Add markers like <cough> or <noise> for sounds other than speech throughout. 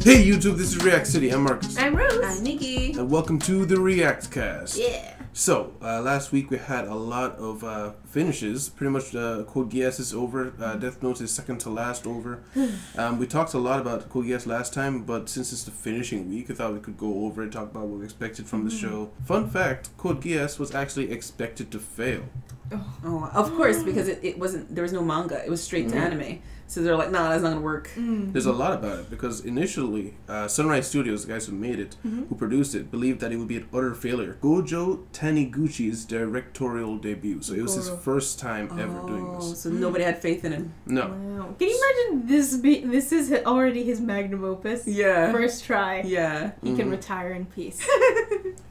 Hey YouTube, this is React City. I'm Marcus. I'm Rose. I'm Nikki. And welcome to the React Cast. Yeah. So, uh, last week we had a lot of uh, finishes. Pretty much uh, Code Geass is over. Uh, Death Note is second to last over. um, we talked a lot about Code Geass last time, but since it's the finishing week, I thought we could go over and talk about what we expected from the show. Fun fact Code Geass was actually expected to fail. Oh, of course, because it, it wasn't there was no manga. It was straight to anime. So they're like, nah, that's not gonna work. There's a lot about it because initially, uh, Sunrise Studios, the guys who made it, Mm-hmm. who produced it, believed that it would be an utter failure. Gojo Taniguchi's directorial debut, so it was his Goro. first time ever doing Oh, this. so nobody had faith in him. No, Wow. Can you imagine this be this is hi- already his magnum opus? Yeah. First try. Yeah. Mm-hmm. He can Mhm. retire in <laughs> peace.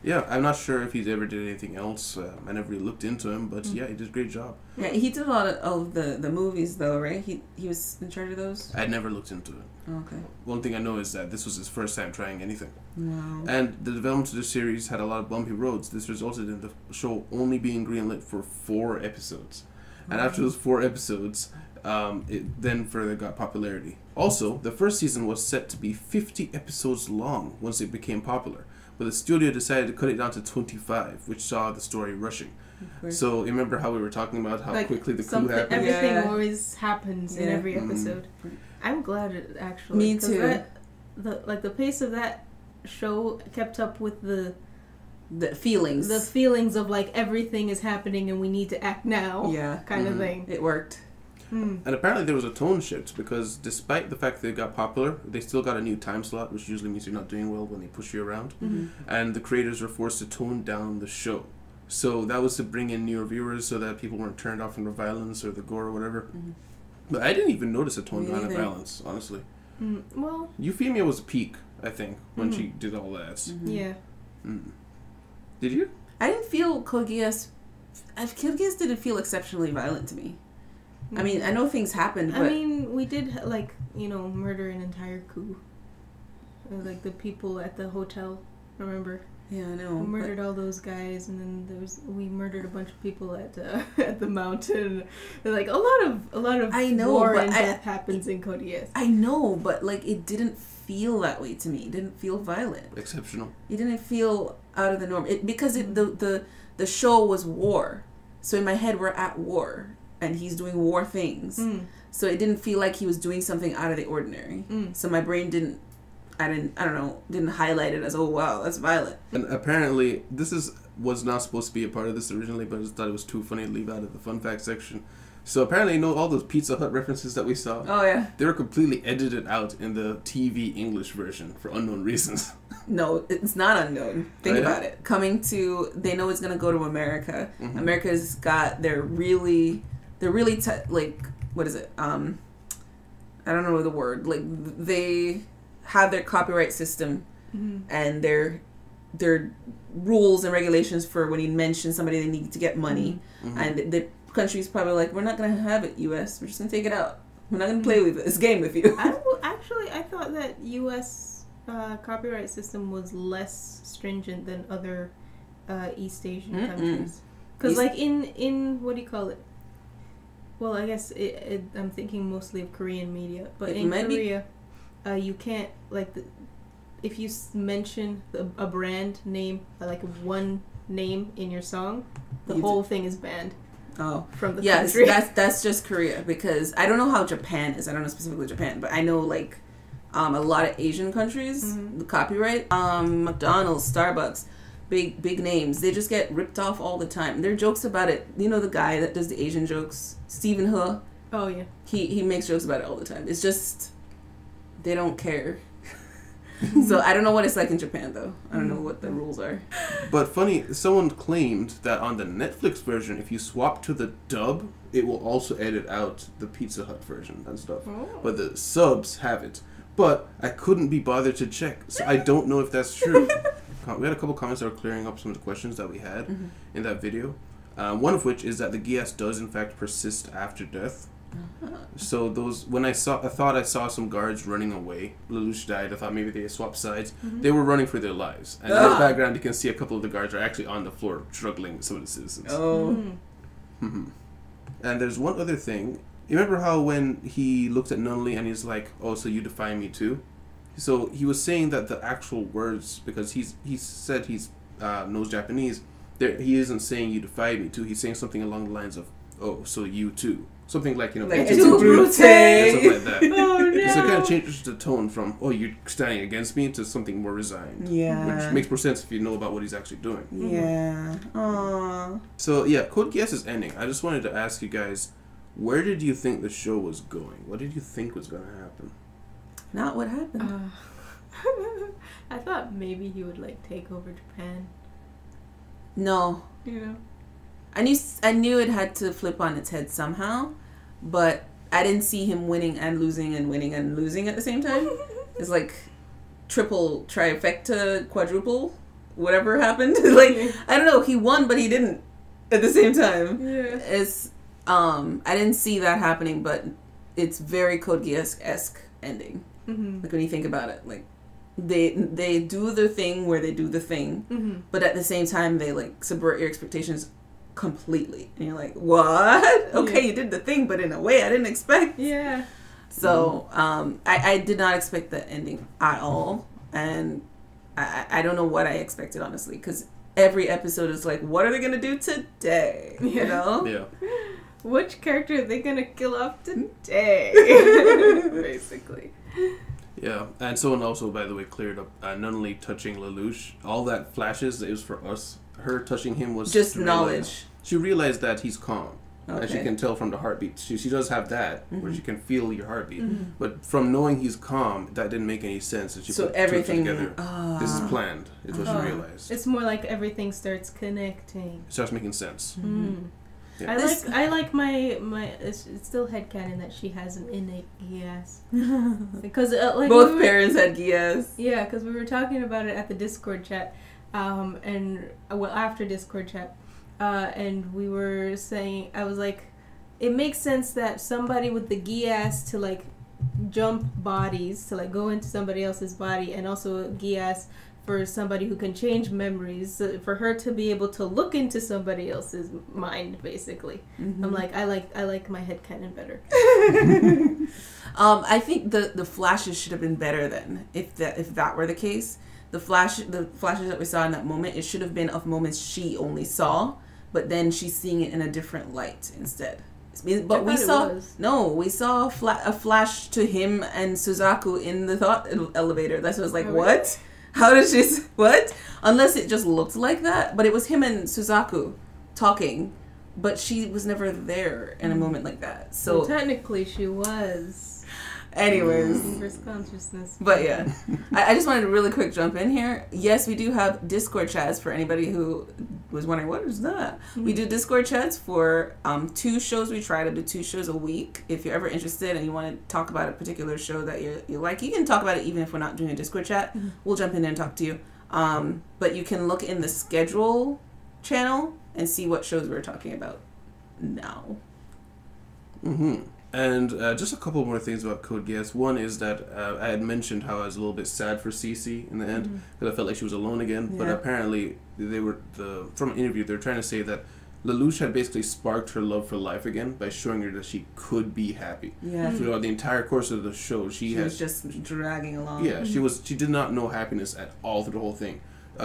yeah, I'm not sure if he's ever did anything else. Um, I never really looked into him, but Mm. yeah, he did a great job. Yeah, he did a lot of, of the, the movies though, right? He he was in charge of those? I'd never looked into it. Oh, okay. One thing I know is that this was his first time trying anything. Wow. And the development of the series had a lot of bumpy roads. This resulted in the show only being greenlit for four episodes. And after those four episodes, um, it then further got popularity. Also, the first season was set to be 50 episodes long once it became popular, but the studio decided to cut it down to 25, which saw the story rushing. course. So, remember how we were talking about how Like, quickly the coup Something happened? every- everything Yeah. always happens in Yeah. Mm-hmm. every Mhm. episode. I'm glad it actually Me 'cause too. That, the like the pace of that show kept up with the The feelings. the feelings of like everything is happening and we need to act now yeah. Mm-hmm. kind Mhm. of thing. It worked. Mm. And apparently there was a tone shift because despite the fact that it got popular, they still got a new time slot, which usually means you're not doing well when they push you around. Mhm. And the creators were forced to tone down the show. So that was to bring in newer viewers so that people weren't turned off from the violence or the gore or whatever. Mhm. But I didn't even notice a tone Me down of neither. violence, honestly. Mm. Well, Euphemia was peak, I think, when Mhm. she did all that. Mhm. yeah. Mm. Did you? I didn't feel Code Geass I've- Code Geass didn't feel exceptionally violent to me. I mean, I know things happened, but I mean, we did like you know murder an entire coup, Uh, like the people at the hotel. Remember, yeah, I know. we Oh, but- murdered all those guys, and then there was we murdered a bunch of people at uh, <laughs> at the mountain. Like a lot of a lot of I know, war but and I- death happens in Codias. I know, but like it didn't feel that way to me. It didn't feel violent. Exceptional. It didn't feel out of the norm. It because it, the the the show was war. So in my head we're at war and he's doing war things. Mm, So it didn't feel like he was doing something out of the ordinary. mm. So my brain didn't I didn't I don't know, didn't highlight it as oh wow, that's violent. And apparently, this is was not supposed to be a part of this originally, but I just thought it was too funny to leave out of the fun fact section. So apparently, you know all those Pizza Hut references that we saw, Oh yeah. they were completely edited out in the TV English version for unknown reasons. No, it's not unknown. Think Oh, yeah? about it. Coming to, they know it's gonna go to America. Mhm. America's got they're really, they're really t- like what is it? Um, I don't know the word. Like they have their copyright system Mhm. and their their rules and regulations for when you mention somebody they need to get money. Mhm. And the, the country's probably like, we're not gonna have it, U.S. We're just gonna take it out. We're not gonna play with this game with you. I w- actually I thought that U.S. Uh, copyright system was less stringent than other uh, East Asian Mm-mm. countries. Because East- like in in what do you call it? Well, I guess it, it, I'm thinking mostly of Korean media, but It in might be- Korea, uh, you can't like the, if you s- mention the, a brand name uh, like one name in your song, the You d- whole thing is banned <laughs> oh. from the yes, country. <laughs> that's that's just Korea because I don't know how Japan is. I don't know specifically Japan, but I know like um, a lot of Asian countries Mhm. the copyright um, McDonald's, Starbucks, big big names. They just get ripped off all the time. There are jokes about it. You know the guy that does the Asian jokes, Stephen He. oh yeah. He he makes jokes about it all the time. It's just they don't care. <laughs> so I don't know what it's like in Japan though. I don't know what the rules are. But funny, someone claimed that on the Netflix version, if you swap to the dub, it will also edit out the Pizza Hut version and stuff. But the subs have it. But I couldn't be bothered to check, so I don't know if that's <laughs> true. Com- we had a couple comments that were clearing up some of the questions that we had Mm-hmm. in that video. Um, one of which is that the Gias does in fact persist after death. Uh-huh. So those when I saw I thought I saw some guards running away. Lelouch died. I thought maybe they swapped sides. They were running for their lives. And in the Mm-hmm. Ah. background you can see a couple of the guards are actually on the floor struggling with some of the citizens. Oh. Mm. And there's one other thing. You remember how when he looked at Nunley and he's like, "Oh, so you define me too?" So he was saying that the actual words, because he's he said he's uh, knows Japanese. There, he isn't saying you defy me too. He's saying something along the lines of, "Oh, so you too," something like you know, <laughs> Like, "It's "Tu <laughs> a dude," brute. or something like <laughs> that. Oh no! So it kind of changes the tone from "Oh, you're standing against me" to something more resigned, Yeah. which makes more sense if you know about what he's actually doing. Mm-hmm. yeah. Aww. So yeah, Code Geass is ending. I just wanted to ask you guys, where did you think the show was going? What did you think was going to happen? Not what happened. Uh, <laughs> I thought maybe he would like take over Japan. no. You <laughs> know? I knew I knew it had to flip on its head somehow, but I didn't see him winning and losing and winning and losing at the same time. <laughs> It's like triple trifecta quadruple whatever happened. <laughs> like I don't know, he won but he didn't at the same time. Yeah. It's um I didn't see that happening, but it's very Code Geass esque ending. Mm-hmm. Like when you think about it, like they they do the thing where they do the thing Mm-hmm. but at the same time they like subvert your expectations completely and you're like what okay Yeah. you did the thing but in a way i didn't expect Yeah. so Mm-hmm. um i, I did not expect the ending at all and i i I don't know what i expected honestly because every episode is like what are they gonna do today <laughs> you Yeah. know Yeah, Which character are they gonna kill off <laughs> today? Basically. yeah. And someone also, by the way, cleared up uh, Nunnally touching Lelouch. All that flashes it was for us. Her touching him was just to realize- knowledge She realized that he's calm. And she Okay. can tell from the heartbeat. She, she does have that, where Mhm. she can feel your heartbeat. But from knowing he's calm, that didn't make any sense. And she Mm-hmm. so put two and two everything Uh-huh. together. Ah. this is planned, is what Ah. she realized. It It's more like everything starts connecting. starts making sense. Mm. Yeah. I This- like I like my my it's, it's still headcanon that she has an innate yes <laughs> because uh, like we both were- parents had gias Yeah, because we were talking about it at the Discord chat, um, and well after Discord chat, uh, and we were saying I was like, it makes sense that somebody with the gias to like jump bodies to like go into somebody else's body, and also gias for somebody who can change memories so for her to be able to look into somebody else's mind basically i'm like i like i like my head canon better Um, I think the the flashes should have been better then, if that if that were the case. The flash the flashes that we saw in that moment, it should have been of moments she only saw, but then she's seeing it in a different light instead. But we thought it saw was. no, we saw a, fla- a flash to him and Suzaku in the thought ele- elevator. That's what I was like, Oh, really? what? How did she s- what? Unless it just looked like that, but it was him and Suzaku talking, but she was never there in a Mm-hmm. moment like that. so So, technically she was anyways. first consciousness But yeah, I, I just wanted to really quick jump in here. Yes, we do have Discord chats for anybody who was wondering what is that. We do Discord chats for um, two shows. We try to do two shows a week. If you're ever interested and you want to talk about a particular show that you you like, you can talk about it even if we're not doing a Discord chat. We'll jump in there and talk to you. Um, but you can look in the schedule channel and see what shows we're talking about now. hmm And uh, just a couple more things about Code Geass. One is that uh, I had mentioned how I was a little bit sad for Cece in the end because I felt like she was alone again. But Mm-hmm. Yeah. apparently, they were the from an interview they were trying to say that Lelouch had basically sparked her love for life again by showing her that she could be happy. Yeah, Throughout the entire course of the show, she, Mm-hmm. she had was just dragging along. yeah, she was. She did not know happiness at all through the whole thing,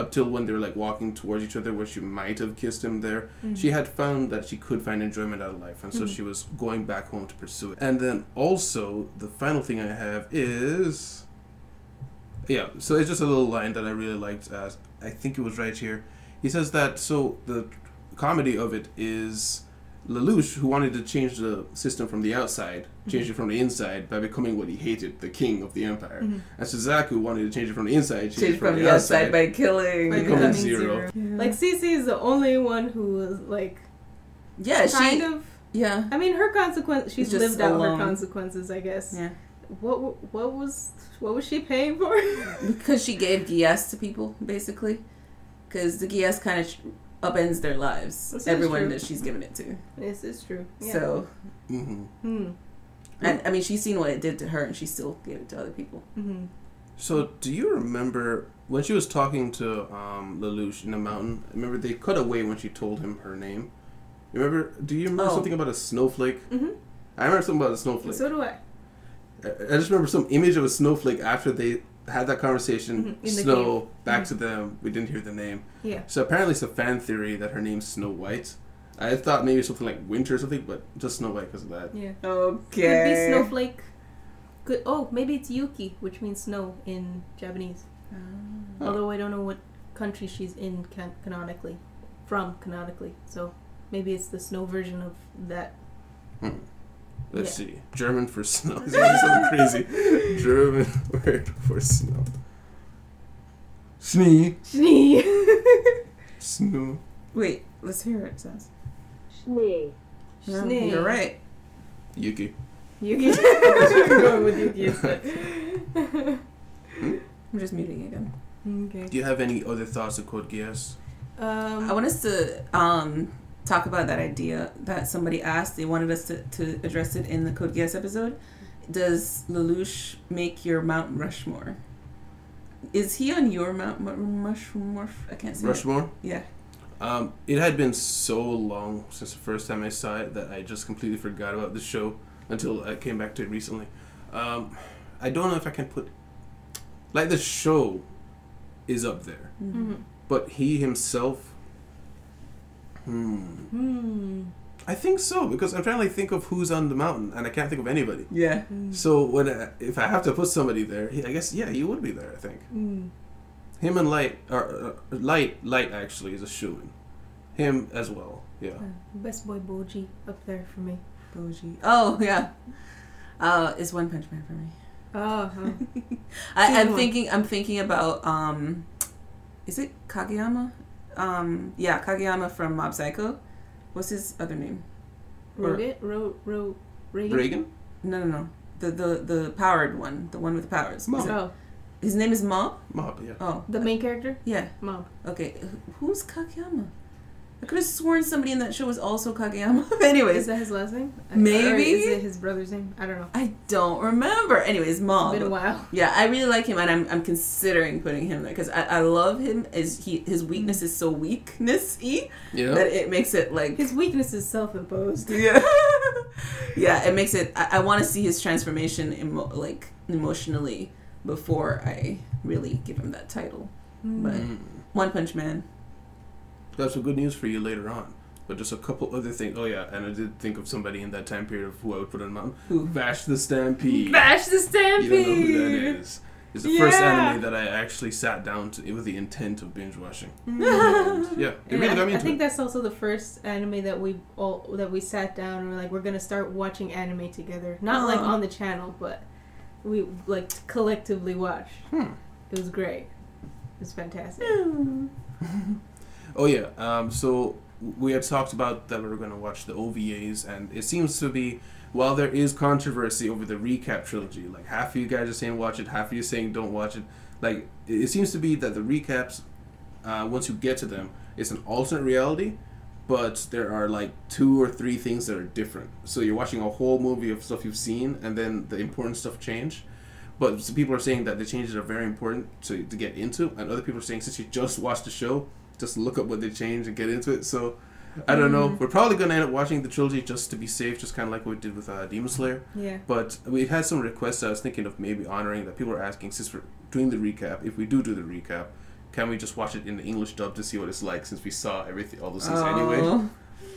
up till when they were like walking towards each other, where she might have kissed him. There, she had found that she could find enjoyment out of life, and so she was going back home to pursue it. And then also the final thing I have is, yeah. So it's just a little line that I really liked. Uh, I think it was right here. He says that. So the comedy of it is. Lelouch, who wanted to change the system from the outside, Mm-hmm. changed it from the inside by becoming what he hated, the king of the empire. And Suzaku wanted to change it from the inside, change Changed Mm-hmm. from the outside by killing. By becoming becoming zero. Like Mm. Cece is the only one who was like Yeah, she kind of. yeah. I mean, her consequence. She's Just lived out alone. her consequences, I guess. Yeah. What wa- what was what was she paying for? <laughs> Because she gave Gies to people, basically. Because the Gies kind of upends their lives. This is everyone true. that she's given it to. this is true. Yeah. So, hmm Hmm. and I mean, she's seen what it did to her, and she still gave it to other people. hmm So, do you remember when she was talking to um, Lelouch in the mountain? Remember they cut away when she told him her name. Remember? Do you remember Oh. something about a snowflake? Mhm. I remember something about a snowflake. So do I. I I just remember some image of a snowflake after they had that conversation. Mhm, in the Mm-hmm. Snow, back to them. We didn't hear the name. Yeah. So apparently, it's a fan theory that her name's Snow White. I thought maybe something like Winter or something, but just Snow White because of that. Yeah. Could be Okay. snowflake. Could oh maybe it's Yuki, which means snow in Japanese. Oh. Huh. Although I don't know what country she's in can- canonically, from canonically. So maybe it's the snow version of that. <laughs> Let's see. German for <laughs> snow. This is something crazy. German <laughs> word for snow. Schnee. Schnee. Snow. Wait, let's hear it. Says. Schnee. Yeah, Schnee. You're right. Yuki. Yuki. <laughs> going with Yuki instead. I'm just muting again. okay. Do you have any other thoughts of Code Geass? Um, I want us to um, talk about that idea that somebody asked. They wanted us to, to address it in the Code Geass episode. Does Lelouch make your Mount Rushmore? Is he on your Mount Mu- Rushmore? I can't say. it. Rushmore? Yeah. Um, it had been so long since the first time I saw it that I just completely forgot about the show until I came back to it recently. Um, I don't know if I can put. Like, the show is up there, mhm. but he himself. Hmm. Hmm. I think so, because I'm trying to like, think of who's on the mountain, and I can't think of anybody. Yeah. So when I, if I have to put somebody there, he- I guess yeah, he would be there. I think Hmm. him and Light or uh, Light Light actually is a shoe in. Him as well. Yeah. Uh, Best boy Boji up there for me. Boji. Oh yeah. Uh, it's One Punch Man for me. Oh, huh. I, I'm Season one. thinking. I'm thinking about. Um, is it Kageyama? Um, yeah, Kageyama from Mob Psycho. What's his other name? Or- Rogan? Ro- Ro- Reagan? Reagan. No, no, no. The the the powered one. The one with the powers. Mob. Is it- Oh, His name is Mob. Mob. Yeah. Oh, the main character? yeah. Mom. Okay. Wh- Who's Kageyama? I could have sworn somebody in that show was also Kageyama. <laughs> Anyways, Is that his last name? I- Maybe. or Is it his brother's name? I don't know. I don't remember. Anyways, Mob. It's been a while. <laughs> Yeah, I really like him, and I'm, I'm considering putting him there because I, I love him. Is he his weakness is so weakness y Yeah. that it makes it like His weakness is self imposed. yeah <laughs> yeah it makes it. I, I want to see his transformation emo- like emotionally before I really give him that title. Hmm. But Mm. One Punch Man, That's some good news for you later on. But just a couple other things. Oh yeah, and I did think of somebody in that time period of who I would put on the mountain. Who? Bash the Stampede. Bash the You don't know who Stampede! that is. It's the first Yeah. anime that I actually sat down to with the intent of binge watching. Hmm. <laughs> yeah, it And really got me I, Uh-huh. I into think it. that's also the first anime that we all that we sat down and were like, we're gonna start watching anime together. Not like Aw. on the channel, but we like collectively watched. Hmm. It was great. It was fantastic. Oh yeah. Um, so we had talked about that we were going to watch the OVAs, and it seems to be while there is controversy over the recap trilogy, like half of you guys are saying watch it, half of you saying don't watch it. Like it it seems to be that the recaps, uh, once you get to them, it's an alternate reality, but there are like two or three things that are different. So you're watching a whole movie of stuff you've seen, and then the important stuff change. But some people are saying that the changes are very important to, to get into, and other people are saying since you just watched the show, just look up what they changed and get into it. So I don't know. We're probably gonna end up watching the trilogy just to be safe, just kind of like what we did with uh, Demon Slayer. Yeah. But we had some requests I was thinking of maybe honoring that people are asking since we're doing the recap. If we do do the recap, can we just watch it in the English dub to see what it's like since we saw everything all those things anyway? Oh.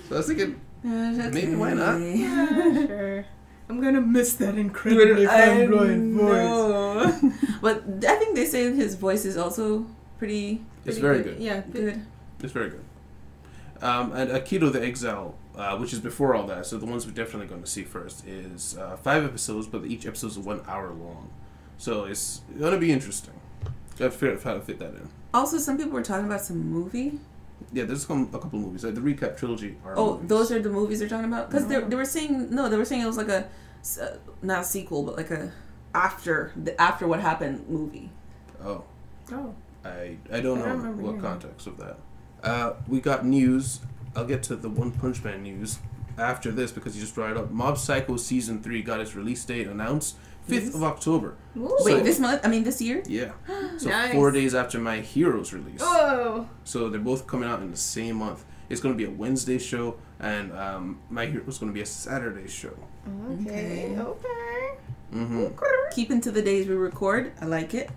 So I was thinking, Maybe why not? <laughs> <laughs> Yeah, sure. I'm gonna miss that incredibly I fine Ryan voice. know. but I think they say his voice is also pretty it's very Pretty good. Yeah, good. It's very good. Um, and Akito the Exile, uh, which is before all that, so the ones we're definitely going to see first is uh, five episodes, but each episode's one hour long, so it's going to be interesting. Got to figure out how to fit that in. Also, some people were talking about some movie. Yeah, there's come a couple of movies. Like the recap trilogy are. Oh, movies. those are the movies they're talking about because they were saying no, they were saying it was like a s- uh, not a sequel, but like a after the after what happened movie. Oh, Oh, I I don't I know don't remember what hearing context of that. Uh, we got news. I'll get to the One Punch Man news after this because you just brought it up. Mob Psycho season three got its release date announced, fifth of October. Oh. Wait, So- this month? I mean, this year? <gasps> Yeah. So Nice. four days after My Heroes release. Oh, So they're both coming out in the same month. It's going to be a Wednesday show, and um, My Heroes going to be a Saturday show. okay, okay. hmm Oh, Keeping to the days we record. I <laughs> like it.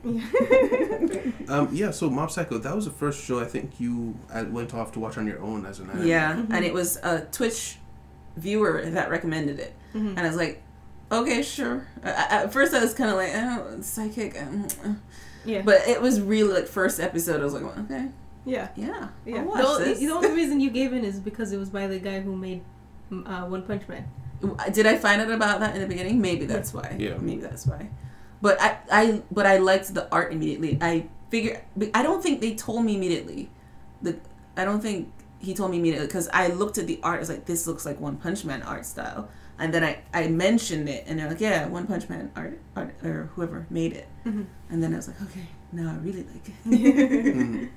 Um, yeah, so Mob Psycho, that was the first show I think you uh, went off to watch on your own as an anime. Yeah, Mhm. and it was a Twitch viewer that recommended it, Mhm. and I was like, okay, sure. I, I- at first, I was kind of like, oh, psychic, um, uh." <laughs> yeah. but it was really like first episode. I was like, well, okay, yeah. yeah, Yeah. I'll The, watch only- this. the only reason you gave in is because it was by the guy who made mm, uh, One Punch Man. Did I find out about that in the beginning? Maybe that's why. Yeah. Maybe that's why. But I, I, but I liked the art immediately. I figure. but I don't think they told me immediately. The I don't think he told me immediately because I looked at the art. I was like, this looks like One Punch Man art style. And then I, I mentioned it, and they're like, yeah, One Punch Man art, art or whoever made it. Mhm. And then I was like, okay, now I really <laughs> like it. <laughs> Mhm.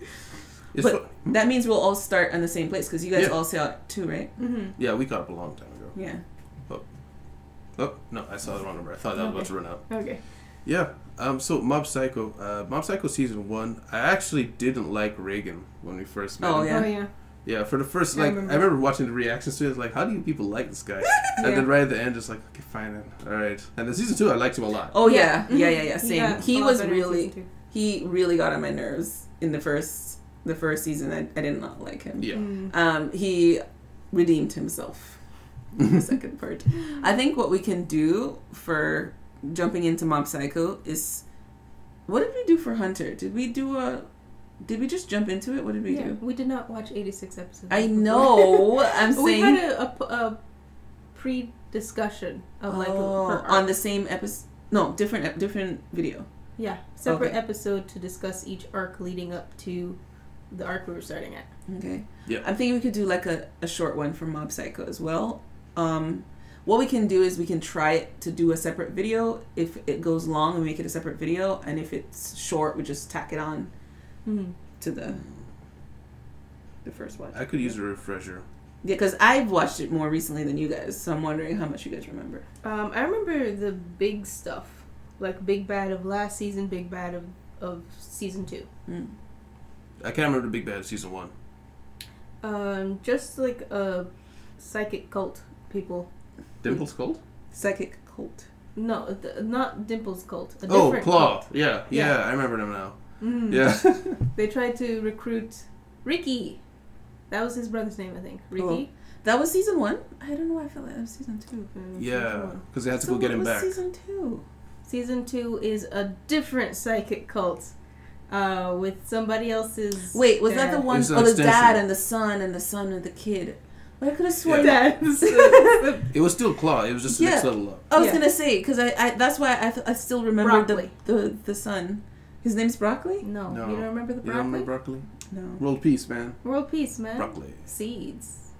It's But- fu- that means we'll all start on the same place because you guys Yeah. all saw it too, right? Mm-hmm. yeah, we caught up a long time ago. Yeah. Oh no, I saw the wrong number. I thought that was about to run out. Okay. Yeah. Um. So Mob Psycho, uh, Mob Psycho season one. I actually didn't like Reagan when we first met. Oh, him. Yeah. Oh yeah. Yeah. For the first, I like, I remember, remember. watching the reactions to it. Like, how do you people like this guy? And then Yeah. right at the end, it's like, okay, fine. Then. All right. And then season two, I liked him a lot. Oh yeah, Mhm. yeah, <laughs> yeah, yeah. Same. got a he lot was better in really season he really got on my nerves in the first the first season. I, I did not like him. two. Yeah. Mm. Um, he redeemed himself. <laughs> in the second part. I think what we can do for jumping into Mob Psycho is what did we do for Hunter? Did we do a? Did we just jump into it? What did we Yeah, do? we did not watch 86 episodes. <laughs> I before. know. I'm we saying had a, a, p- a pre-discussion of like Oh, her arc. on the same episode. No, different ep- different video. yeah separate Okay. episode to discuss each arc leading up to the arc we were starting at. Okay. Yeah. I'm thinking we could do like a, a short one for Mob Psycho as well. Um, what we can do is we can try to do a separate video. If it goes long, we make it a separate video, and if it's short, we just tack it on Mm-hmm. to the the first watch. I could use a refresher. Yeah, because I've watched it more recently than you guys, so I'm wondering how much you guys remember. Um, I remember the big stuff, like big bad of last season, big bad of of season two. Mm. I can't remember the Big Bad of season one. Um, just like uh, psychic cult people. Dimple's cold. Psychic cult. No, th- not Dimple's cult. A Oh, different Claw. cult. Yeah, yeah. Yeah. I remember them now. Mm. Yeah. They tried to recruit Ricky. That was his brother's name, I think. Ricky. That was season one. I don't know why I feel like that was season two. Mm, yeah. season Because they had to So go get what him was back. Season two. one. Season two is a different psychic cult, uh, with somebody else's. Wait, was that the dad. one? It's an Oh, the extension. dad and the son and the son and the kid. But I could <laughs> have sworn that. That's the- It was still Claw. It was just Yeah. mixed level up. I was Yeah. gonna say because I, I that's why I, I still remember the, Broccoli. the the son. His name's Broccoli. no, No. you don't remember the You don't broccoli? remember broccoli? No, World peace, man. World peace, man. Broccoli. Seeds.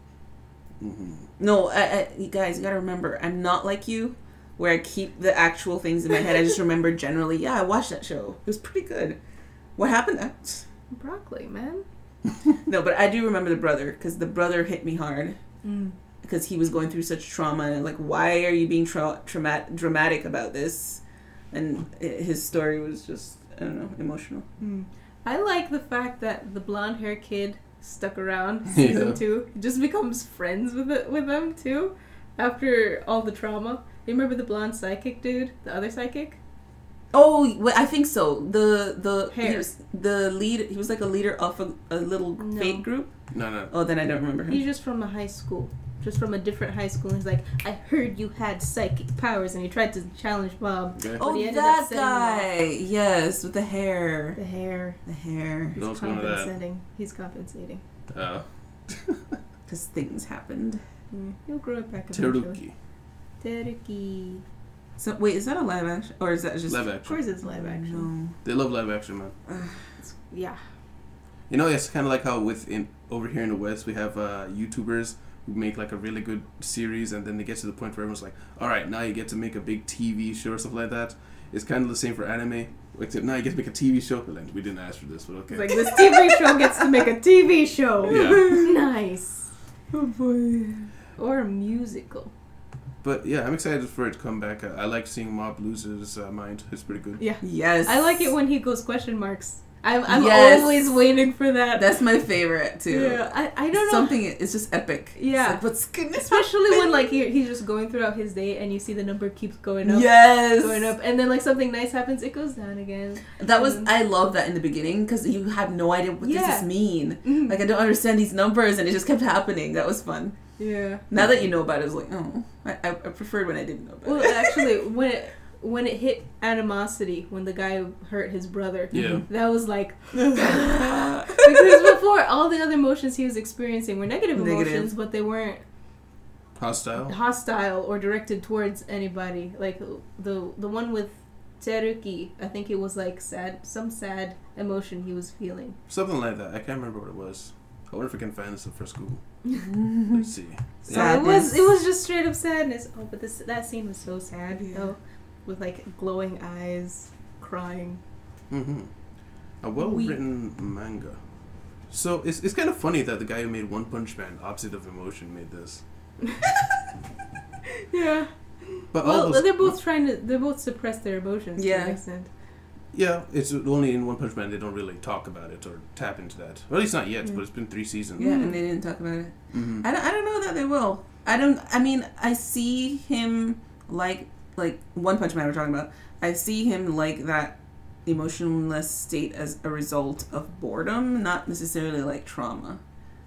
hmm no, I, I, you guys, you gotta remember, I'm not like you, where I keep the actual things in my head. <laughs> I just remember generally. Yeah, I watched that show. It was pretty good. What happened? That? Broccoli, man. No, but I do remember the brother because the brother hit me hard. Mm. because he was going through such trauma and like why are you being tra- traumat- dramatic about this and i- his story was just i don't know emotional Mm. I like the fact that the blonde hair kid stuck around <laughs> season Yeah. two. He just becomes friends with it, with them too, after all the trauma. You remember the blonde psychic dude, the other psychic? oh well, i think so the the he Hair. was the lead he was like a leader of a, a little No. fake group No, no. oh then i don't remember him He's just from a high school, just from a different high school. And he's like, I heard you had psychic powers, and he tried to challenge Bob. Okay. but oh he ended up that setting him off. guy yes with the hair The hair. the hair He's That was one of that. compensating. He's compensating. Uh, because things happened Mm. He'll grow it back eventually. Teruki. Teruki. so wait is that a live action or is that just Live Of action. course, it's live action. no. They love live action, man. It's, yeah. You know, it's kind of like how with in, over here in the West, we have uh, YouTubers who make like a really good series, and then they get to the point where everyone's like, "All right, now you get to make a big TV show or stuff like that." It's kind of the same for anime, except now you get to make a TV show. But, like, we didn't ask for this, but okay. It's like this TV show gets to make a TV show. <laughs> Yeah. nice. oh boy Or a musical. but yeah, I'm excited for it to come back. I, I like seeing Mob lose his uh, mind. It's pretty good. Yeah. yes I like it when he goes question marks. I'm, I'm Yes. always waiting for that. That's my favorite too. yeah, I, I don't know. Something it's just epic. It's Yeah. like, what's gonna Especially when like he, he's just going throughout his day and you see the number keeps going up, yes going up, and then like something nice happens, it goes down again. That was Mhm. I love that in the beginning because you have no idea what Yeah. does this mean. Mhm. Like I don't understand these numbers, and it just kept happening. That was fun. yeah. Now that you know about it, it's like oh, I, I I preferred when I didn't know about Well, it. <laughs> actually, <laughs> when it when it hit animosity, when the guy hurt his brother, Yeah. that was like <laughs> because before all the other emotions he was experiencing were negative Negative. emotions, but they weren't Hostile. hostile or directed towards anybody. Like the the one with Teruki, I think it was like sad, some sad emotion he was feeling. Something like that. I can't remember what it was. I wonder if I can find this for school. Mm-hmm. Mhm. Let's see. So it was it was just straight up sadness. Oh, but this that scene was so sad Yeah. though, with like glowing eyes, crying. Mm-hmm. A well-written manga. So it's, it's kind of funny that the guy who made One Punch Man, Opposite of Emotion, made this. Yeah. But all Well, those, they're both trying to they both suppress their emotions to Yeah. an extent. Yeah, it's only in One Punch Man they don't really talk about it or tap into that. Or at least not yet. Mm. But it's been three seasons. <laughs> yeah, and they didn't talk about it. Mm-hmm. I don't, I don't know that they will. I don't. I mean, I see him like like One Punch Man. We're talking about. I see him like that emotionless state as a result of boredom, not necessarily like trauma.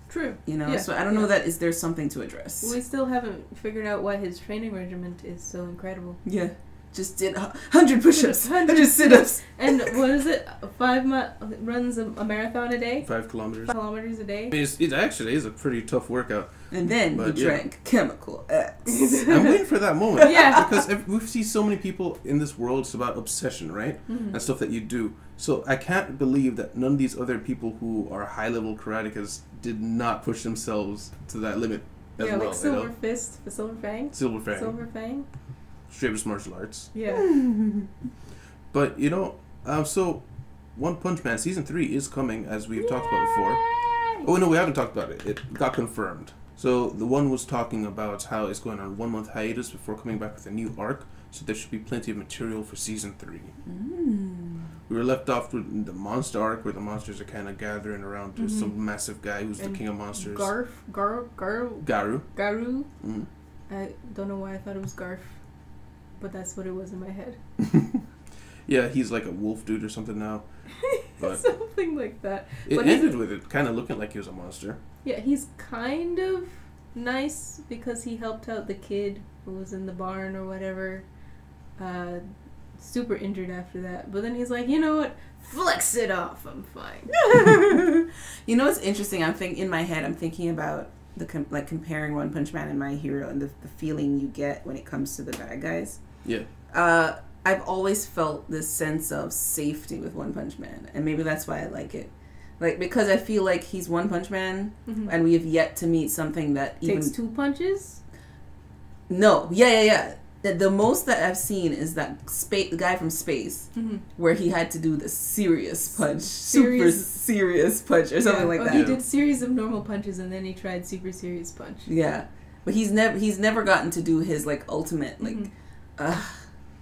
True. You know. Yeah, So I don't know that is there something to address. We still haven't figured out why his training regiment is so incredible. yeah. Just did a hundred push-ups, 100 hundred sit-ups. <laughs> And what is it? Five mi- runs a, a marathon a day, Five kilometers. five kilometers a I day. mean, it's, it actually is a pretty tough workout. And then But, he yeah. drank chemical <laughs> X. <laughs> I'm <laughs> waiting for that moment. Yeah. Because ev- we see so many people in this world, it's about obsession, right? Mhm. and stuff that you do. So I can't believe that none of these other people who are high level karatekas did not push themselves to that limit as Yeah, well. like you know? Silver Fist, Silver Fang, Silver Fang, Silver Fang. Straight martial arts. Yeah. But you know, um, so One Punch Man season three is coming, as we've talked about before. Oh no, we haven't talked about it. It got confirmed. So the one was talking about how it's going on one month hiatus before coming back with a new arc. So there should be plenty of material for season three. Mm. We were left off with the monster arc where the monsters are kind of gathering around to some massive guy who's Mm-hmm. And the king of monsters. Garf, Gar, Gar, Garu. Garu. Mm. <laughs> I don't know why I thought it was Garf, but that's what it was in my head. <laughs> Yeah, he's like a wolf dude or something <laughs> now. But Something like that. it but he- ended with it kind of looking like he was a monster. Yeah, he's kind of nice because he helped out the kid who was in the barn or whatever. Uh, super injured after that. But then he's like, you know what? Flex it off. I'm fine. you know what's interesting? I'm think in my head. I'm thinking about the com- like comparing One Punch Man and My Hero and the, the feeling you get when it comes to the bad guys. Yeah. Uh, I've always felt this sense of safety with One Punch Man, and maybe that's why I like it. Like because I feel like he's One Punch Man, Mhm. and we have yet to meet something that even Takes two punches. no, yeah, yeah, yeah. The, the most that I've seen is that space the guy from space Mhm. where he had to do the serious punch, serious- super serious punch, or something Yeah. like Oh, that. He Yeah. did series of normal punches and then he tried super serious punch. Yeah, but he's never he's never gotten to do his like ultimate like Mhm. uh,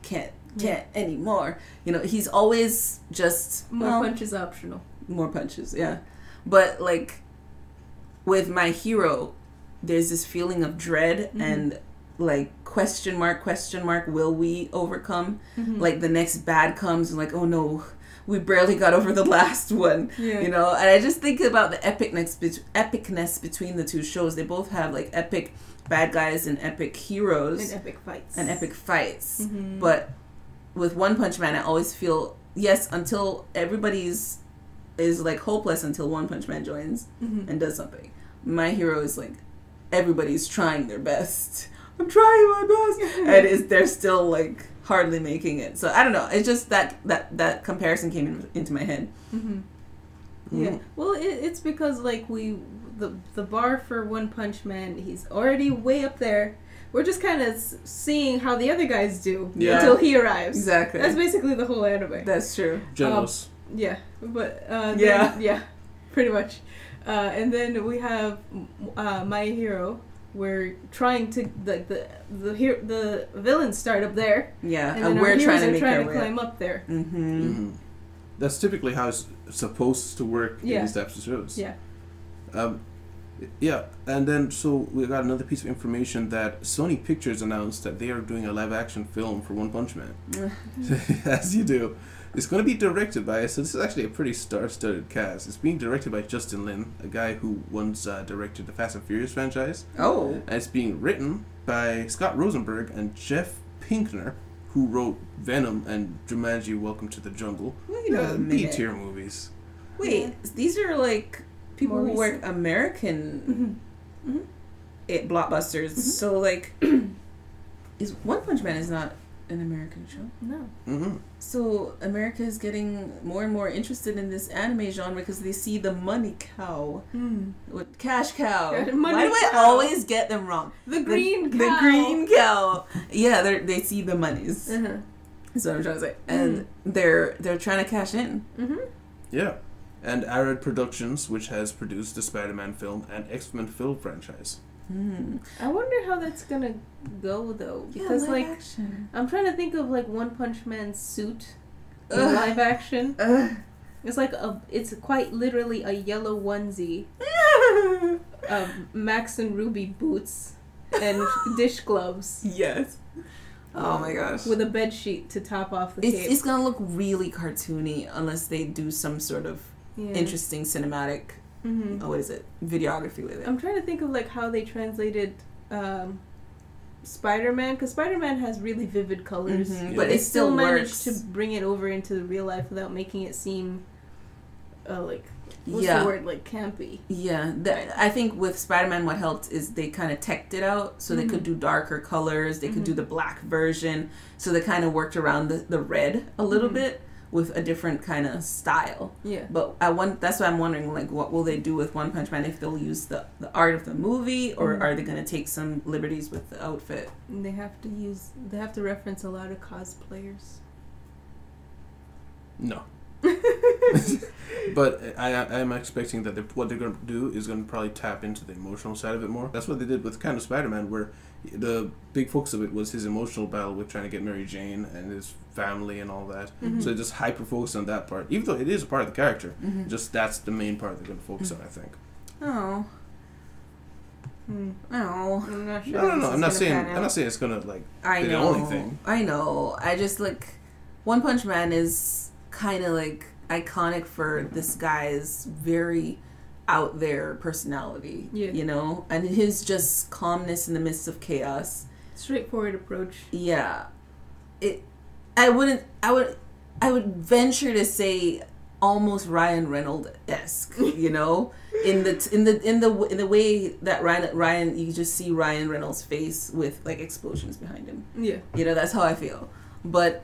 can't can't anymore. You know, he's always just More well, punches optional. more punches. Yeah, but like with my hero, there's this feeling of dread Mm-hmm. and like question mark question mark will we overcome Mm-hmm. like the next bad comes and like oh no we barely got over the last one Mm-hmm. Yeah. you know and i just think about the epicness bet- epicness between the two shows they both have like epic bad guys and epic heroes And epic fights. and epic fights Mhm. but with one punch man i always feel yes until everybody's is like hopeless until one punch man joins Mhm. and does something my hero is like everybody's trying their best i'm trying my best and is they're still like hardly making it so i don't know it's just that that that comparison came in, into my head Mhm. Yeah. Well, it, it's because like we the the bar for One Punch Man, he's already way up there. We're just kind of s- seeing how the other guys do Yeah. until he arrives. exactly That's that's, basically the whole anime. true Genos. yeah, but uh, then- Yeah. yeah, pretty much. Uh, and then we have uh, My Hero. We're trying to the the the, hero, the villains start up there, yeah and and, then our we're heroes trying to are make trying our to Mm-hmm. way up. climb up there. hmm Mhm. that's typically how it's supposed to work in Yeah. these types of shows. Yeah. Um, yeah, and then so we got another piece of information that Sony Pictures announced that they are doing a live action film for One Punch <laughs> Man. As you do. It's going to be directed by, so this is actually a pretty star studded cast. It's being directed by Justin Lin, a guy who once uh, directed the Fast and Furious franchise. Oh. And it's being written by Scott Rosenberg and Jeff Pinkner, who wrote Venom and Jumanji Welcome to the Jungle. Wait a B minute. tier movies. Wait, these are like people More who work Mm-hmm. American it blockbusters. So like, <clears throat> is One Punch Man is not an American show. <laughs> No. hmm So America is getting more and more interested in this anime genre because they see the money cow, Mm. with cash cow. <laughs> Money Why do I cow. always get them wrong? The green the, cow. the green cow. Yeah, they they see the monies. Uh-huh. That's what I'm trying to say, and Mm. they're they're trying to cash in. Mm-hmm. Yeah. And Arad Productions, which has produced the Spider Man film and X Men film franchise. Hmm. I wonder how that's gonna go though, because yeah, like live <laughs> action. I'm trying to think of like One Punch Man's suit in Ugh. live action. Ugh. It's like a, it's quite literally a yellow onesie, of Max and Ruby boots, <laughs> and dish gloves yes. Oh my gosh. with a bed sheet to top off the it's, cape. it's gonna look really cartoony unless they do some sort of yeah. interesting cinematic. Mhm. Oh, what is it? Videography with it. I'm trying to think of like how they translated um, Spider-Man because Spider-Man has really vivid colors, Mhm, Yeah. But they it still, managed works. to bring it over into the real life without making it seem uh, like what's yeah. the word like campy. Yeah, the, I think with Spider Man, what helped is they kind of teched it out so they could do darker colors, they could do the black version, so they kind of worked around the, the red a little Mhm. bit with a different kind of style. Yeah. But I want that's why I'm wondering like what will they do with One Punch Man if they'll use the, the art of the movie or Mhm. are they gonna take some liberties with the outfit? And they have to use they have to reference a lot of <laughs> cosplayers. <laughs> No. <laughs> but I, I am expecting that they, what they're going to do is going to probably tap into the emotional side of it more. That's what they did with kind of Spider Man, where the big focus of it was his emotional battle with trying to get Mary Jane and his family and all that. Mhm. So just hyper focus on that part, even though it is a part of the character. Mm-hmm. Just that's the main part they're going to focus Mm-hmm. on, I think. Oh, Hmm. oh, I'm not sure. No, no, no. how this is I'm not gonna saying pan I'm out. not saying it's going to like I They're the know. only thing. I know. I just like One Punch Man is kind of like iconic for this guy's very out there personality. Yeah. You know, and his just calmness in the midst of chaos. straightforward approach. Yeah. It I wouldn't I would I would venture to say almost Ryan Reynolds <laughs> esque, you know? In the t- in the in the w- in the way that Ryan Ryan you just see Ryan Reynolds' face with like explosions behind him. Yeah. You know, that's how I feel. But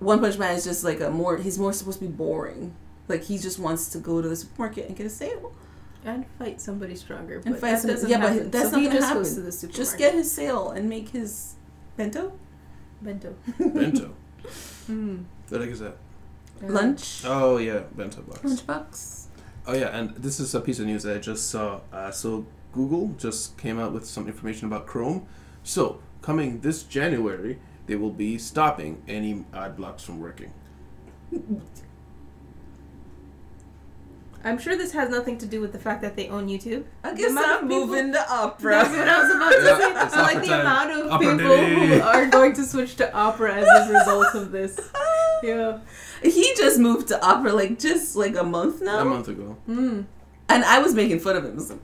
One Punch Man is just like a more he's more supposed to be boring. Like he just wants to go to the supermarket and get a sale. And fight somebody stronger. And but fight that somebody- doesn't yeah, but happen. that's so not he gonna just goes to happen. the supermarket. Just get his sale and make his bento <laughs> bento. bento. Mm. What the heck is that? Mm-hmm. lunch Oh yeah, bento box. lunch box. Oh yeah, and this is a piece of news that I just saw. Uh, so Google just came out with some information about Chrome. So coming this January, they will be stopping any ad blocks from working. I'm sure this has nothing to do with the fact that they own YouTube. I The guess amount I'm of people- moving <laughs> to That's opera. what I was about to Yeah, say. it's So, like opera the time. amount of Opera people day. who are going to switch to opera as a result of this. <laughs> Yeah. he just moved to opera like just like a month now, A month ago. Mm. and I was making fun of him. I was like,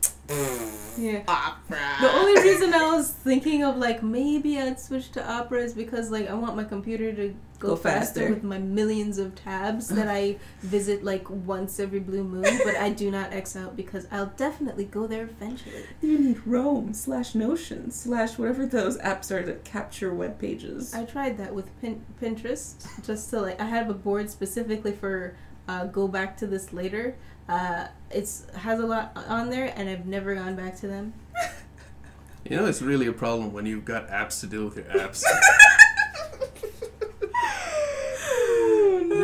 Yeah. opera. The only reason I was thinking of like maybe I'd switch to opera is because like I want my computer to go, Go faster. faster. with my millions of tabs that <laughs> I visit like once every blue moon, but I do not X out because I'll definitely go there eventually. you need Rome slash Notion slash whatever those apps are that capture web pages. I <gasps> tried that with pin- Pinterest just to like I have a board specifically for uh, go back to this later. Uh, it's has a lot on there and I've never gone back to them. You know, it's really a problem when you've got apps to deal with your apps. <gasps>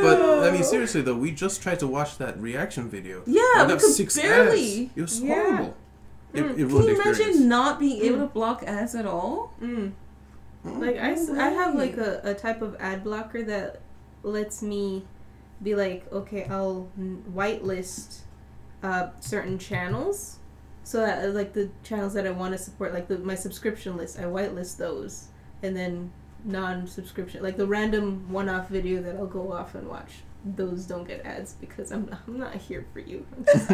But I mean, seriously though, we just tried to watch that reaction video. Yeah, Well, we that could Oh, six barely- ads. It was Yeah. horrible. It, Mm. it Can ruined the you experience. imagine not being able to block ads at all? Mm. Mm. Like I, s- Oh, No I have way. like a, a type of ad blocker that lets me be like, okay, I'll n- whitelist uh, certain channels. So that, uh, like the channels that I want to support, like the, my subscription list, I whitelist those, and then non-subscription, like the random one-off video that I'll go off and watch. Those don't get ads because I'm I'm not here for you.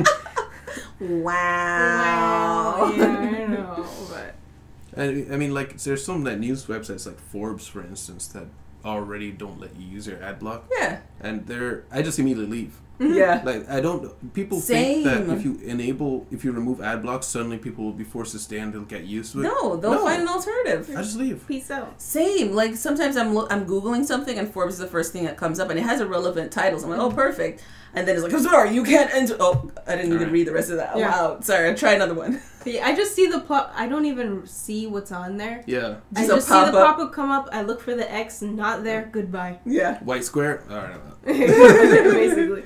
<laughs> <laughs> Wow. yeah, I know, but I, I mean, like, there's some that news websites, like Forbes, for instance, that already don't let you use your ad block, yeah. and they're I just immediately leave. <laughs> Yeah. Like, I don't. People think that Same. if you enable, if you remove ad blocks, suddenly people will be forced to stand and get used to it. No, they'll No. find an alternative. I just leave. peace out. Same. Like sometimes I'm lo- I'm googling something and Forbes is the first thing that comes up and it has a relevant title. So I'm like, Mm. oh, perfect. And then it's like, I'm sorry, you can't enter. Oh, I didn't even Alright. read the rest of that. Yeah. Wow. Sorry. Try another one. Yeah, I just see the pop. I don't even see what's on there. Yeah. I Just a just see the pop-up. Oh. pop up come up. I look for the X, not there. <laughs> Goodbye. <laughs> yeah. White square. All right. uh, <laughs> Basically,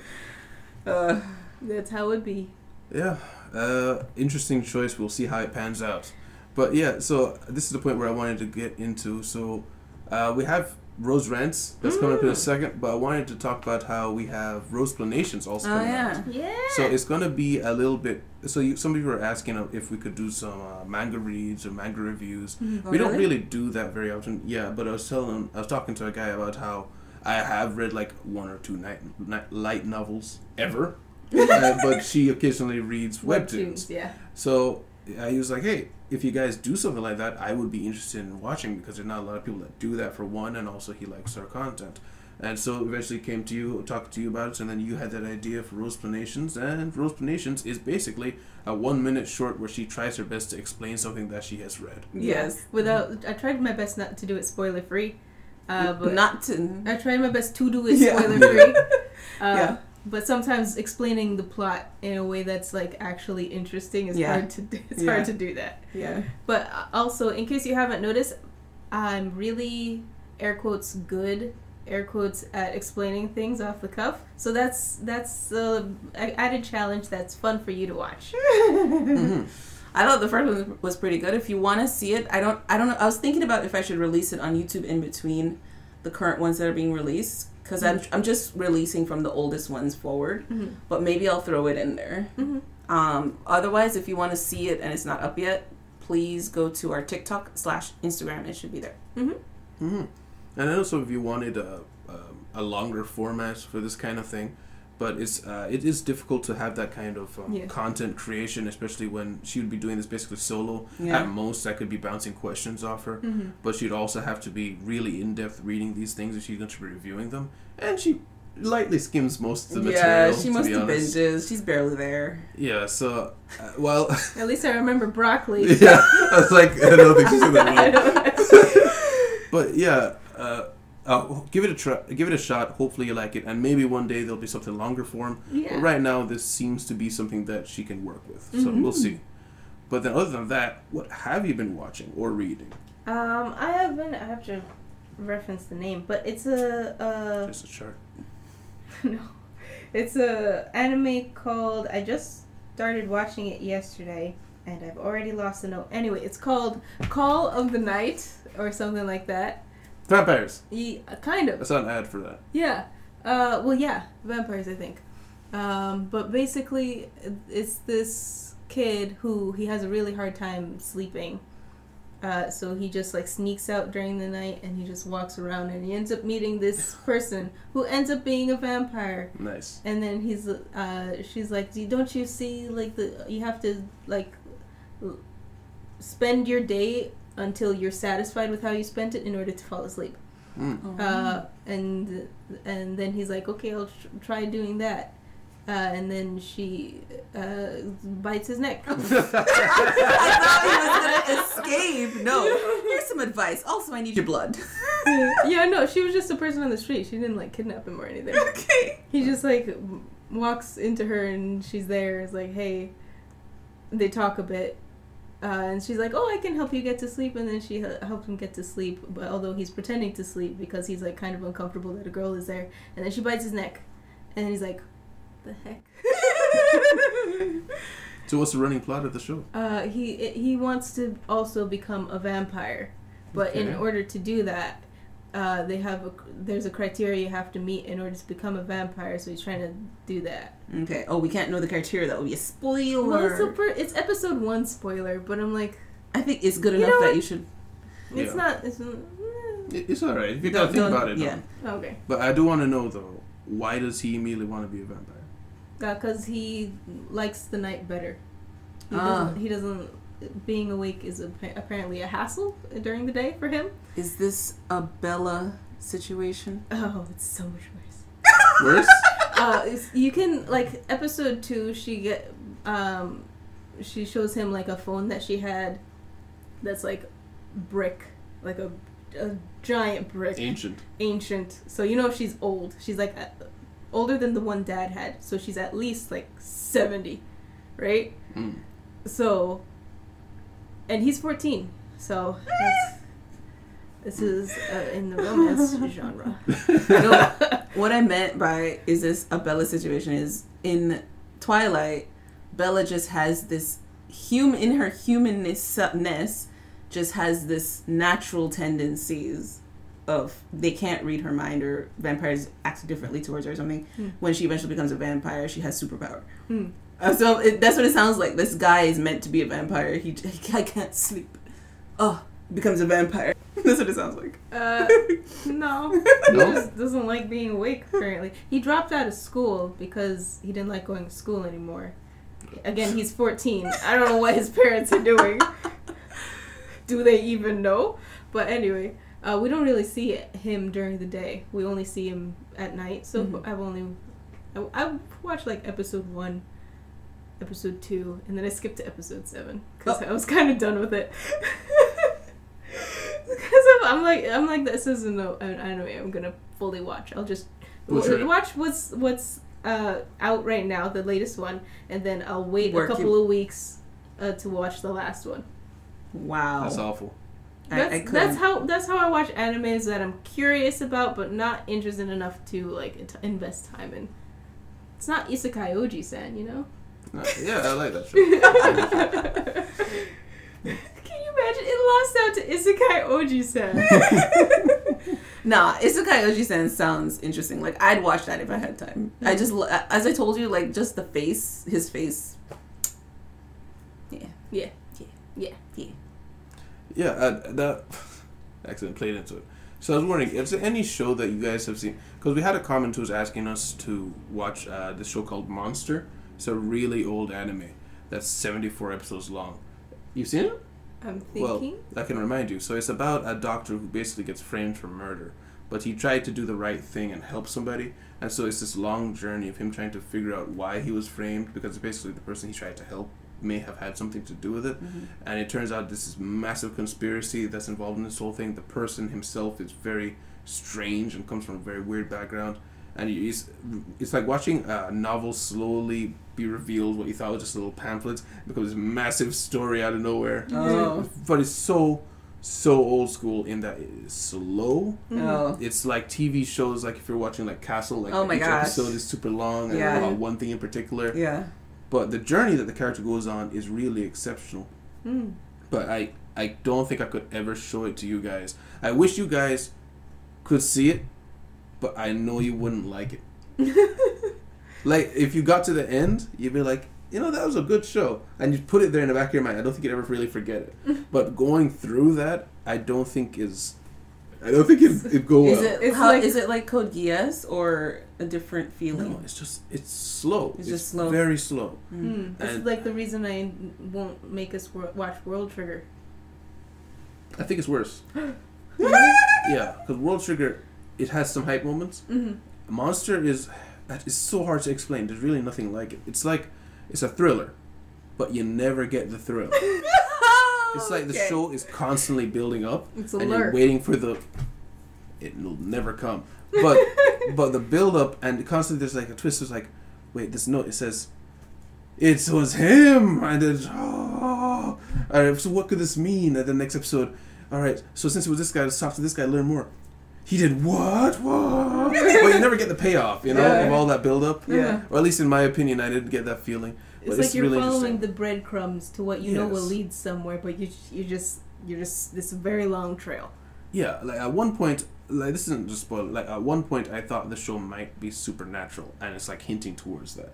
Uh, that's how it be. Yeah. Uh, interesting choice. We'll see how it pans out. But yeah, so this is the point where I wanted to get into. So uh, we have Rose Rants. That's coming Mm. up in a second. But I wanted to talk about how we have Rose Planations also oh coming out. yeah. Yeah. So it's gonna be a little bit. So you, some people are asking uh, if we could do some uh, manga reads or manga reviews. Oh, we don't Mm-hmm. really do that very often. Yeah, but I was telling him, I was talking to a guy about how I have read like one or two night, night, light novels <laughs> ever, uh, but she occasionally reads webtoons. Yeah. So uh, he was like, "Hey, if you guys do something like that, I would be interested in watching because there's not a lot of people that do that for one, and also he likes our content." And so eventually came to you, talked to you about it, and then you had that idea for Rose Planations. And Rose Planations is basically a one minute short where she tries her best to explain something that she has read. Yes. Without, I tried my best not to do it spoiler free. Uh, but Not to. I tried my best to do it Yeah. spoiler free. Uh, <laughs> Yeah. But sometimes explaining the plot in a way that's like actually interesting is Yeah. hard to do. It's Yeah. hard to do that. Yeah. But uh, also, in case you haven't noticed, I'm really air quotes good air quotes at explaining things off the cuff. So that's that's uh, a added challenge that's fun for you to watch. Mm-hmm. I thought the first one was pretty good. If you want to see it, I don't. I don't know. I was thinking about if I should release it on YouTube in between the current ones that are being released because I'm I'm just releasing from the oldest ones forward. But maybe I'll throw it in there. Um, otherwise, if you want to see it and it's not up yet, please go to our TikTok slash Instagram. It should be there. hmm And then also, if you wanted a, um, a longer format for this kind of thing, but it's uh, it is difficult to have that kind of um, Yeah. content creation, especially when she would be doing this basically solo. Yeah. Mm. At most, I could be bouncing questions off her, but she'd also have to be really in depth reading these things if she's going to be reviewing them. And she lightly skims most of the yeah, material. she to must be have honest. binges. She's barely <laughs> there. Yeah, so uh, <laughs> well, <laughs> At least I remember broccoli. yeah, I was like, I don't think she's gonna. <laughs> read. <laughs> I don't- But yeah, uh, uh, give it a try, give it a shot. Hopefully you like it, and maybe one day there'll be something longer for him. Yeah. But right now, this seems to be something that she can work with, so Mm-hmm. we'll see. But then, other than that, what have you been watching or reading? Um, I have been. I have to reference the name, but it's a uh, Just a chart. <laughs> no, it's a anime called. I just started watching it yesterday, and I've already lost the note. Anyway, it's called Call of the Night or something like that. Vampires. E- kind of. I saw an ad for that. Yeah. Uh, well, yeah, vampires, I think. Um, but basically, it's this kid who he has a really hard time sleeping. Uh, so he just like sneaks out during the night and he just walks around and he ends up meeting this person who ends up being a vampire. <laughs> Nice. And then he's, uh, she's like, "Do- "Don't you see like the you have to like l- spend your day until you're satisfied with how you spent it in order to fall asleep." Mm. uh, and and then he's like, okay, I'll tr- try doing that. Uh, and then she uh, bites his neck. <laughs> I thought he was gonna escape. No, here's some advice. Also, I need your <laughs> blood. yeah, no, she was just a person on the street. She didn't like kidnap him or anything. okay. He just like w- walks into her and she's there. Is like, hey. They talk a bit, uh, and she's like, "Oh, I can help you get to sleep." And then she h- helps him get to sleep, but although he's pretending to sleep because he's like kind of uncomfortable that a girl is there. And then she bites his neck, and he's like, "The heck." <laughs> So, what's the running plot of the show? Uh, he he wants to also become a vampire, but in Okay. order to do that, uh, they have a, there's a criteria you have to meet in order to become a vampire. So he's trying to do that. <laughs> Okay. Oh, we can't know the criteria. That would be a spoiler. Well, it's, a, per- it's episode one spoiler, but I'm like, I think it's good You enough know that what? you should. it's Yeah. not. It's mm, It- It's alright if you Don't- gotta think don't- about it. yeah. though. okay. But I do want to know though, why does he immediately want to be a vampire? Because Uh, he likes the night better. He, Ah. doesn't, he doesn't. Being awake is appa- apparently a hassle during the day for him. Is this a Bella situation? Oh, it's so much worse. Worse? <laughs> uh, it's- you can like episode two. She get um, she shows him like a phone that she had, that's like brick, like a, a giant brick, Ancient. ancient. So you know she's old. She's like uh, older than the one dad had. So she's at least like seventy, right? Mm. So, and he's 14. So, that's, this is uh, in the romance genre. <laughs> <laughs> No, what I meant by is this a Bella situation is in Twilight, Bella just has this human in her humanness just has this natural tendencies of they can't read her mind or vampires act differently towards her or something. Hmm. When she eventually becomes a vampire, she has superpower. Hmm. Uh, so it, that's what it sounds like. This guy is meant to be a vampire. He, he I can't sleep. Oh, becomes a vampire. <laughs> that's what it sounds like. <laughs> Uh, no. He No? just doesn't like being awake, apparently. He dropped out of school because he didn't like going to school anymore. Again, he's 14. I don't know what his parents are doing. Do they even know? But anyway, uh, we don't really see him during the day. We only see him at night. So Mhm. I've only. I, I watched like episode one, episode two, and then I skipped to episode seven because I was kind of done with it. <laughs> Because I'm, I'm like I'm like this isn't a, an anime I'm gonna fully watch. I'll just Well, sure. watch what's what's uh, out right now, the latest one, and then I'll wait Work a it- couple of weeks uh, to watch the last one. Wow. Oh. That's awful. I- I That's, couldn't. that's how that's how I watch animes that I'm curious about but not interested enough to like int- invest time in. It's not Isekai Oji san, you know. <laughs> No, yeah, I like that show. Can you imagine? It lost out to Isekai Oji san. Nah, Isekai Oji-san sounds interesting. Like I'd watch that if I had time. I just, lo- as I told you, like just the face, his face. Yeah. Yeah. Yeah. Yeah. Yeah. Yeah, uh, that accident played into it. So I was wondering, is there any show that you guys have seen? Because we had a comment who was asking us to watch uh, this show called Monster. It's a really old anime that's 74 episodes long. You've seen it? I'm thinking. <laughs> Well, I can remind you. So it's about a doctor who basically gets framed for murder, but he tried to do the right thing and help somebody, and so it's this long journey of him trying to figure out why he was framed because basically the person he tried to help may have had something to do with it, and it turns out this is massive conspiracy that's involved in this whole thing. The person himself is very strange and comes from a very weird background. And you- it's, it's like watching a novel slowly be revealed what you thought was just a little pamphlet becomes this massive story out of nowhere Oh. but it's so so old school in that it's slow. Mm-hmm. Oh. It's like TV shows, like if you're watching like Castle, like Oh my each gosh. episode is super long and Yeah. about one thing in particular. Yeah. But the journey that the character goes on is really exceptional. Hmm. Mm. But I I don't think I could ever show it to you guys. I wish you guys could see it, but I know you wouldn't like it. hmm. like if you got to the end, you'd be like, you know, that was a good show, and you put it there in the back of your mind. I don't think you'd ever really forget <laughs> it. but going through that, I don't think is, I don't think it it go well. Is it It's how? like- is it like Code Geass or a different feeling? <laughs> No, it's just it's slow. It's just slow. Very slow. Mm. This is And- like the reason I n- won't make us wor- watch World Trigger. I think it's <gasps> worse. yeah, because World Trigger, it has some hype moments. Mm-hmm. Mhm. Monster is it's so hard to explain. There's really nothing like it. It's like it's a thriller, but you never get the thrill. It's like the Oh, Okay. show is constantly building up, It's and you're alert. waiting for the. It'll never come, <laughs> but but the build up and constantly there's like a twist. It's like, wait, this note it says, it was him, and then oh, all right. So what could this mean? And the next episode, all right. So since it was this guy, let's talk to this guy, learn more. He did what? <laughs> What? but you never get the payoff, you know, of Yeah. all that build up. Yeah. Or at least in my opinion, I didn't get that feeling. It's But like it's you're really following interesting. the breadcrumbs to what you know will Yes. lead <laughs> somewhere, but you you just you're just this very long trail. Yeah, like at one point, like this isn't just spoil. Like at one point, I thought the show might be supernatural, and it's like hinting towards that,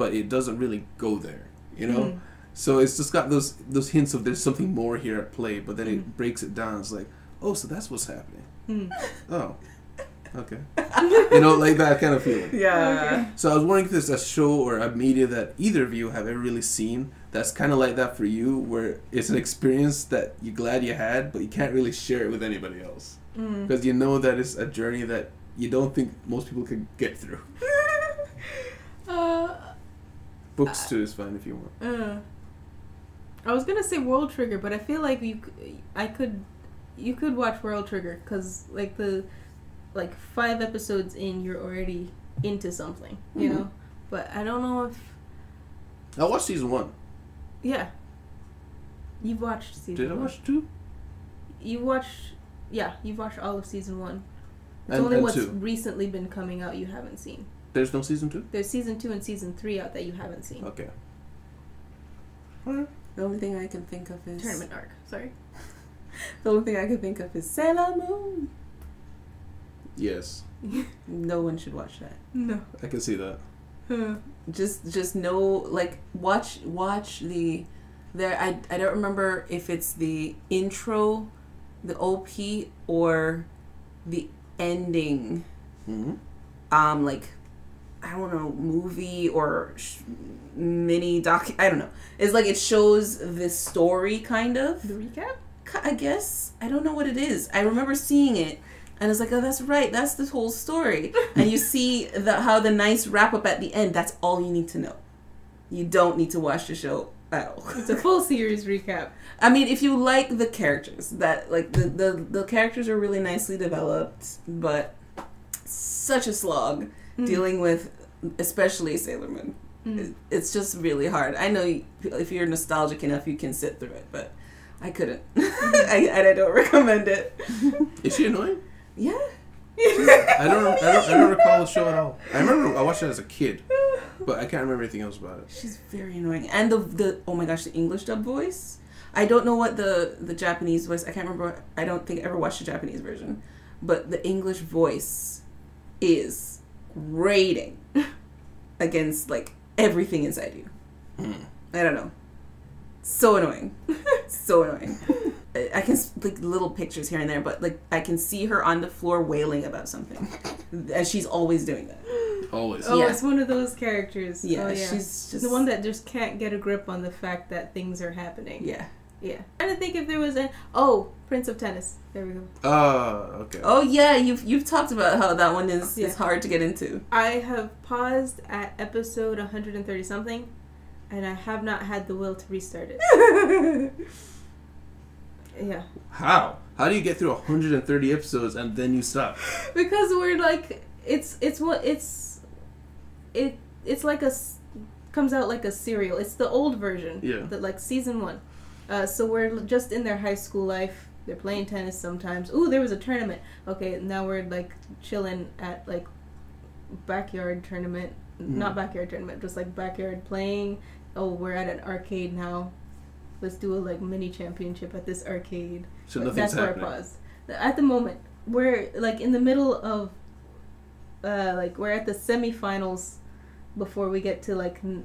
but it doesn't really go there. You know. Mhm. So it's just got those those hints of there's something more here at play, but then it breaks it down. It's like, oh, so that's what's happening. Hmm. Oh, okay. <laughs> you know, like that kind of feeling. Yeah. So I was wondering if there's a show or a media that either of you have ever really seen that's kind of like that for you, where it's an experience that you're glad you had, but you can't really share it with anybody else Mm. because you know that it's a journey that you don't think most people could get through. Uh, Books too is fine if you want. uh, I was gonna say World Trigger, but I feel like you, c- I could, you could watch World Trigger because like the, like five episodes in, you're already into something, you Mhm. know. But I don't know if, I watched season one. yeah. You've watched season. Did I one. watch two? You watched, yeah. You've watched all of season one. It's And- only and what's two. recently been coming out you haven't seen. There's no season two. There's season two and season three out that you haven't seen. Okay. The only thing I can think of is Tournament arc. Sorry. The only thing I can think of is Sailor Moon. Yes, No one should watch that. No. I can see that. Just just no like watch watch the there I I don't remember if it's the intro, the OP or the ending. hmm um like I don't know movie or sh- mini doc I don't know. It's like it shows this story kind of The recap. Ki- I guess I don't know what it is. I remember seeing it and it's like oh that's right that's the whole story and you see the how the nice wrap up at the end that's all you need to know. You don't need to watch the show at all. It's a <laughs> full series recap. I mean, if you like the characters, that like the the, the characters are really nicely developed, but such a slog Mm. dealing with, especially Sailor Moon. Mm. It- It's just really hard. I know you, if you're nostalgic enough, you can sit through it, but I couldn't. <laughs> I, and I don't <laughs> recommend it. Is she annoying? Yeah. I don't, I don't. I don't recall the show at all. I remember I watched it as a kid, but I can't remember anything else about it. She's very annoying. And the the oh my gosh, the English dub voice. I don't know what the the Japanese voice. I can't remember. I don't think I ever watched the Japanese version, but the English voice is rating <laughs> against like everything inside you. Hmm. I don't know. So annoying. <laughs> so annoying. I I can s- like little pictures here and there, but like I can see her on the floor wailing about something, and she's always doing that. Always. Oh, Yeah. it's one of those characters. Yeah, oh, yeah. she's just the one that just can't get a grip on the fact that things are happening. yeah. Yeah. Trying to think if there was an oh Prince of Tennis. There we go. Ah, okay. Oh yeah, you've you've talked about how that one is Yeah. is hard to get <laughs> into. I have paused at episode 130 something, and I have not had the will to restart it. <laughs> yeah. How? How do you get through 130 episodes and then you stop? <laughs> because we're like it's it's what it's it it's like a s- comes out like a serial it's the old version Yeah. the, like season one uh, so we're l- just in their high school life they're playing tennis sometimes ooh there was a tournament okay now we're like chilling at like backyard tournament not Mhm. backyard tournament just like backyard playing oh we're at an arcade now let's do a like mini championship at this arcade So but nothing's that's where I happening. paused. At the moment, we're like in the middle of, uh, like we're at the semifinals before we get to like n-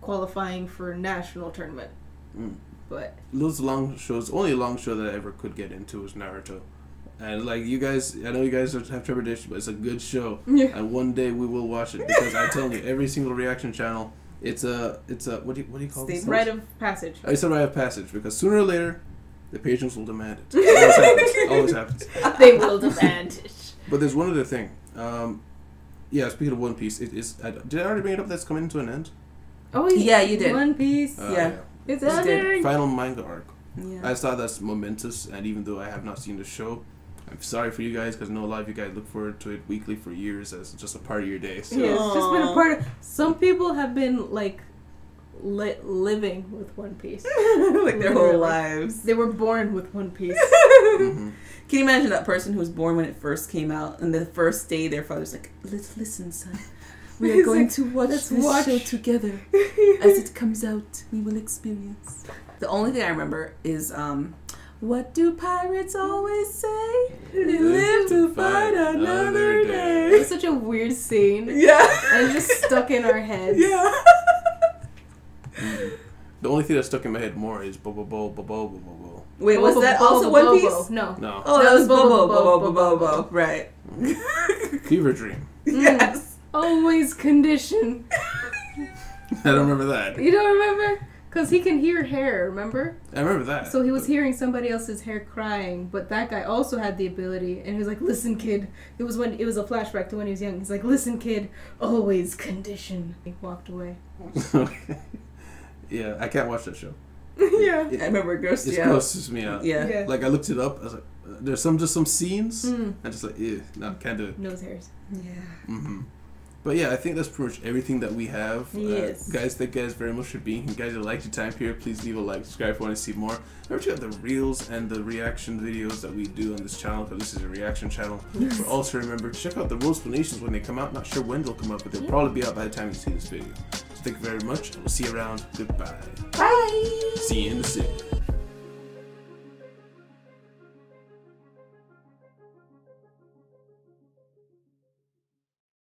qualifying for national tournament. Mm. But Those long shows. Only long show that I ever could get into was Naruto, and like you guys, I know you guys have have trepidation, but it's a good show. <laughs> yeah, And one day we will watch it because I tell you, every single reaction channel, it's a, it's a, what do you, what do you call this? Staple. rite of passage. <laughs> It's a rite of passage because sooner or later, the patrons will demand <laughs> it. Always happens. Always happens. they will demand it. But there's one other thing. Um, yeah, speaking of One Piece, it is. I, did I already bring it up? That's coming to an end. Oh Yeah, you did. One Piece. Uh, Yeah. it's you did. ending. Final manga arc. Yeah. I saw that's momentous, and even though I have not seen the show, I'm sorry for you guys because no, a lot of you guys look forward to it weekly for years as just a part of your day. So Yeah, it's just been a Aw. part of. Some people have been like li- living with One <laughs> Piece. <laughs> like their whole Literally. lives. They were born with One Piece. Mm-hmm. mhm. <laughs> Can you imagine that person who was born when it first came out and the first day their father's like, "Let's listen, son. We are He's going like, to watch "Let's this watch." show <laughs> together. As it comes out, we will experience." The only thing I remember is um What do pirates always say? They live to fight another day. It's such a weird scene. <laughs> Yeah. And it's just stuck <laughs> in our heads. Yeah. The only thing that stuck in my head more is bo bo bo bo bo bo bo. <laughs> Wait, was Bobo, that Bobo, also One Bobo. Piece? No. No, Oh, that That was was Bobo, Bobo, Bobo, Bobo, Bobo, Bobo. <laughs> Right. Mm. fever dream. <laughs> <laughs> Yes. Always condition. I don't remember that. You don't remember? Because he can hear hair, remember? I remember that. So he was hearing somebody else's hair crying, but that guy also had the ability, and he was like, "Listen, kid." It was when it was a flashback to when he was young. He's like, "Listen, kid, always condition." He walked <laughs> away. Okay. <laughs> yeah, I can't watch that show. yeah. It, I remember it grossed it you out. grosses me out. Yeah. Yeah. Like I looked it up. I was like, uh, there's some just some scenes. Mm. I just like, ew, no, can't do it. Nose hairs. Yeah. hmm But yeah, I think that's pretty much everything that we have. Yes. Uh, guys, thank you guys very much for being here. Guys, if you liked your time here, please leave a like, subscribe if you want to see more. Remember to have the reels and the reaction videos that we do on this channel, because this is a reaction channel. But also remember to check out the World Explanations when they come out. Not sure when they'll come out, but they'll probably be out by the time you see this video. So thank you very much, and we'll see you around. Goodbye. Bye. See you in the city.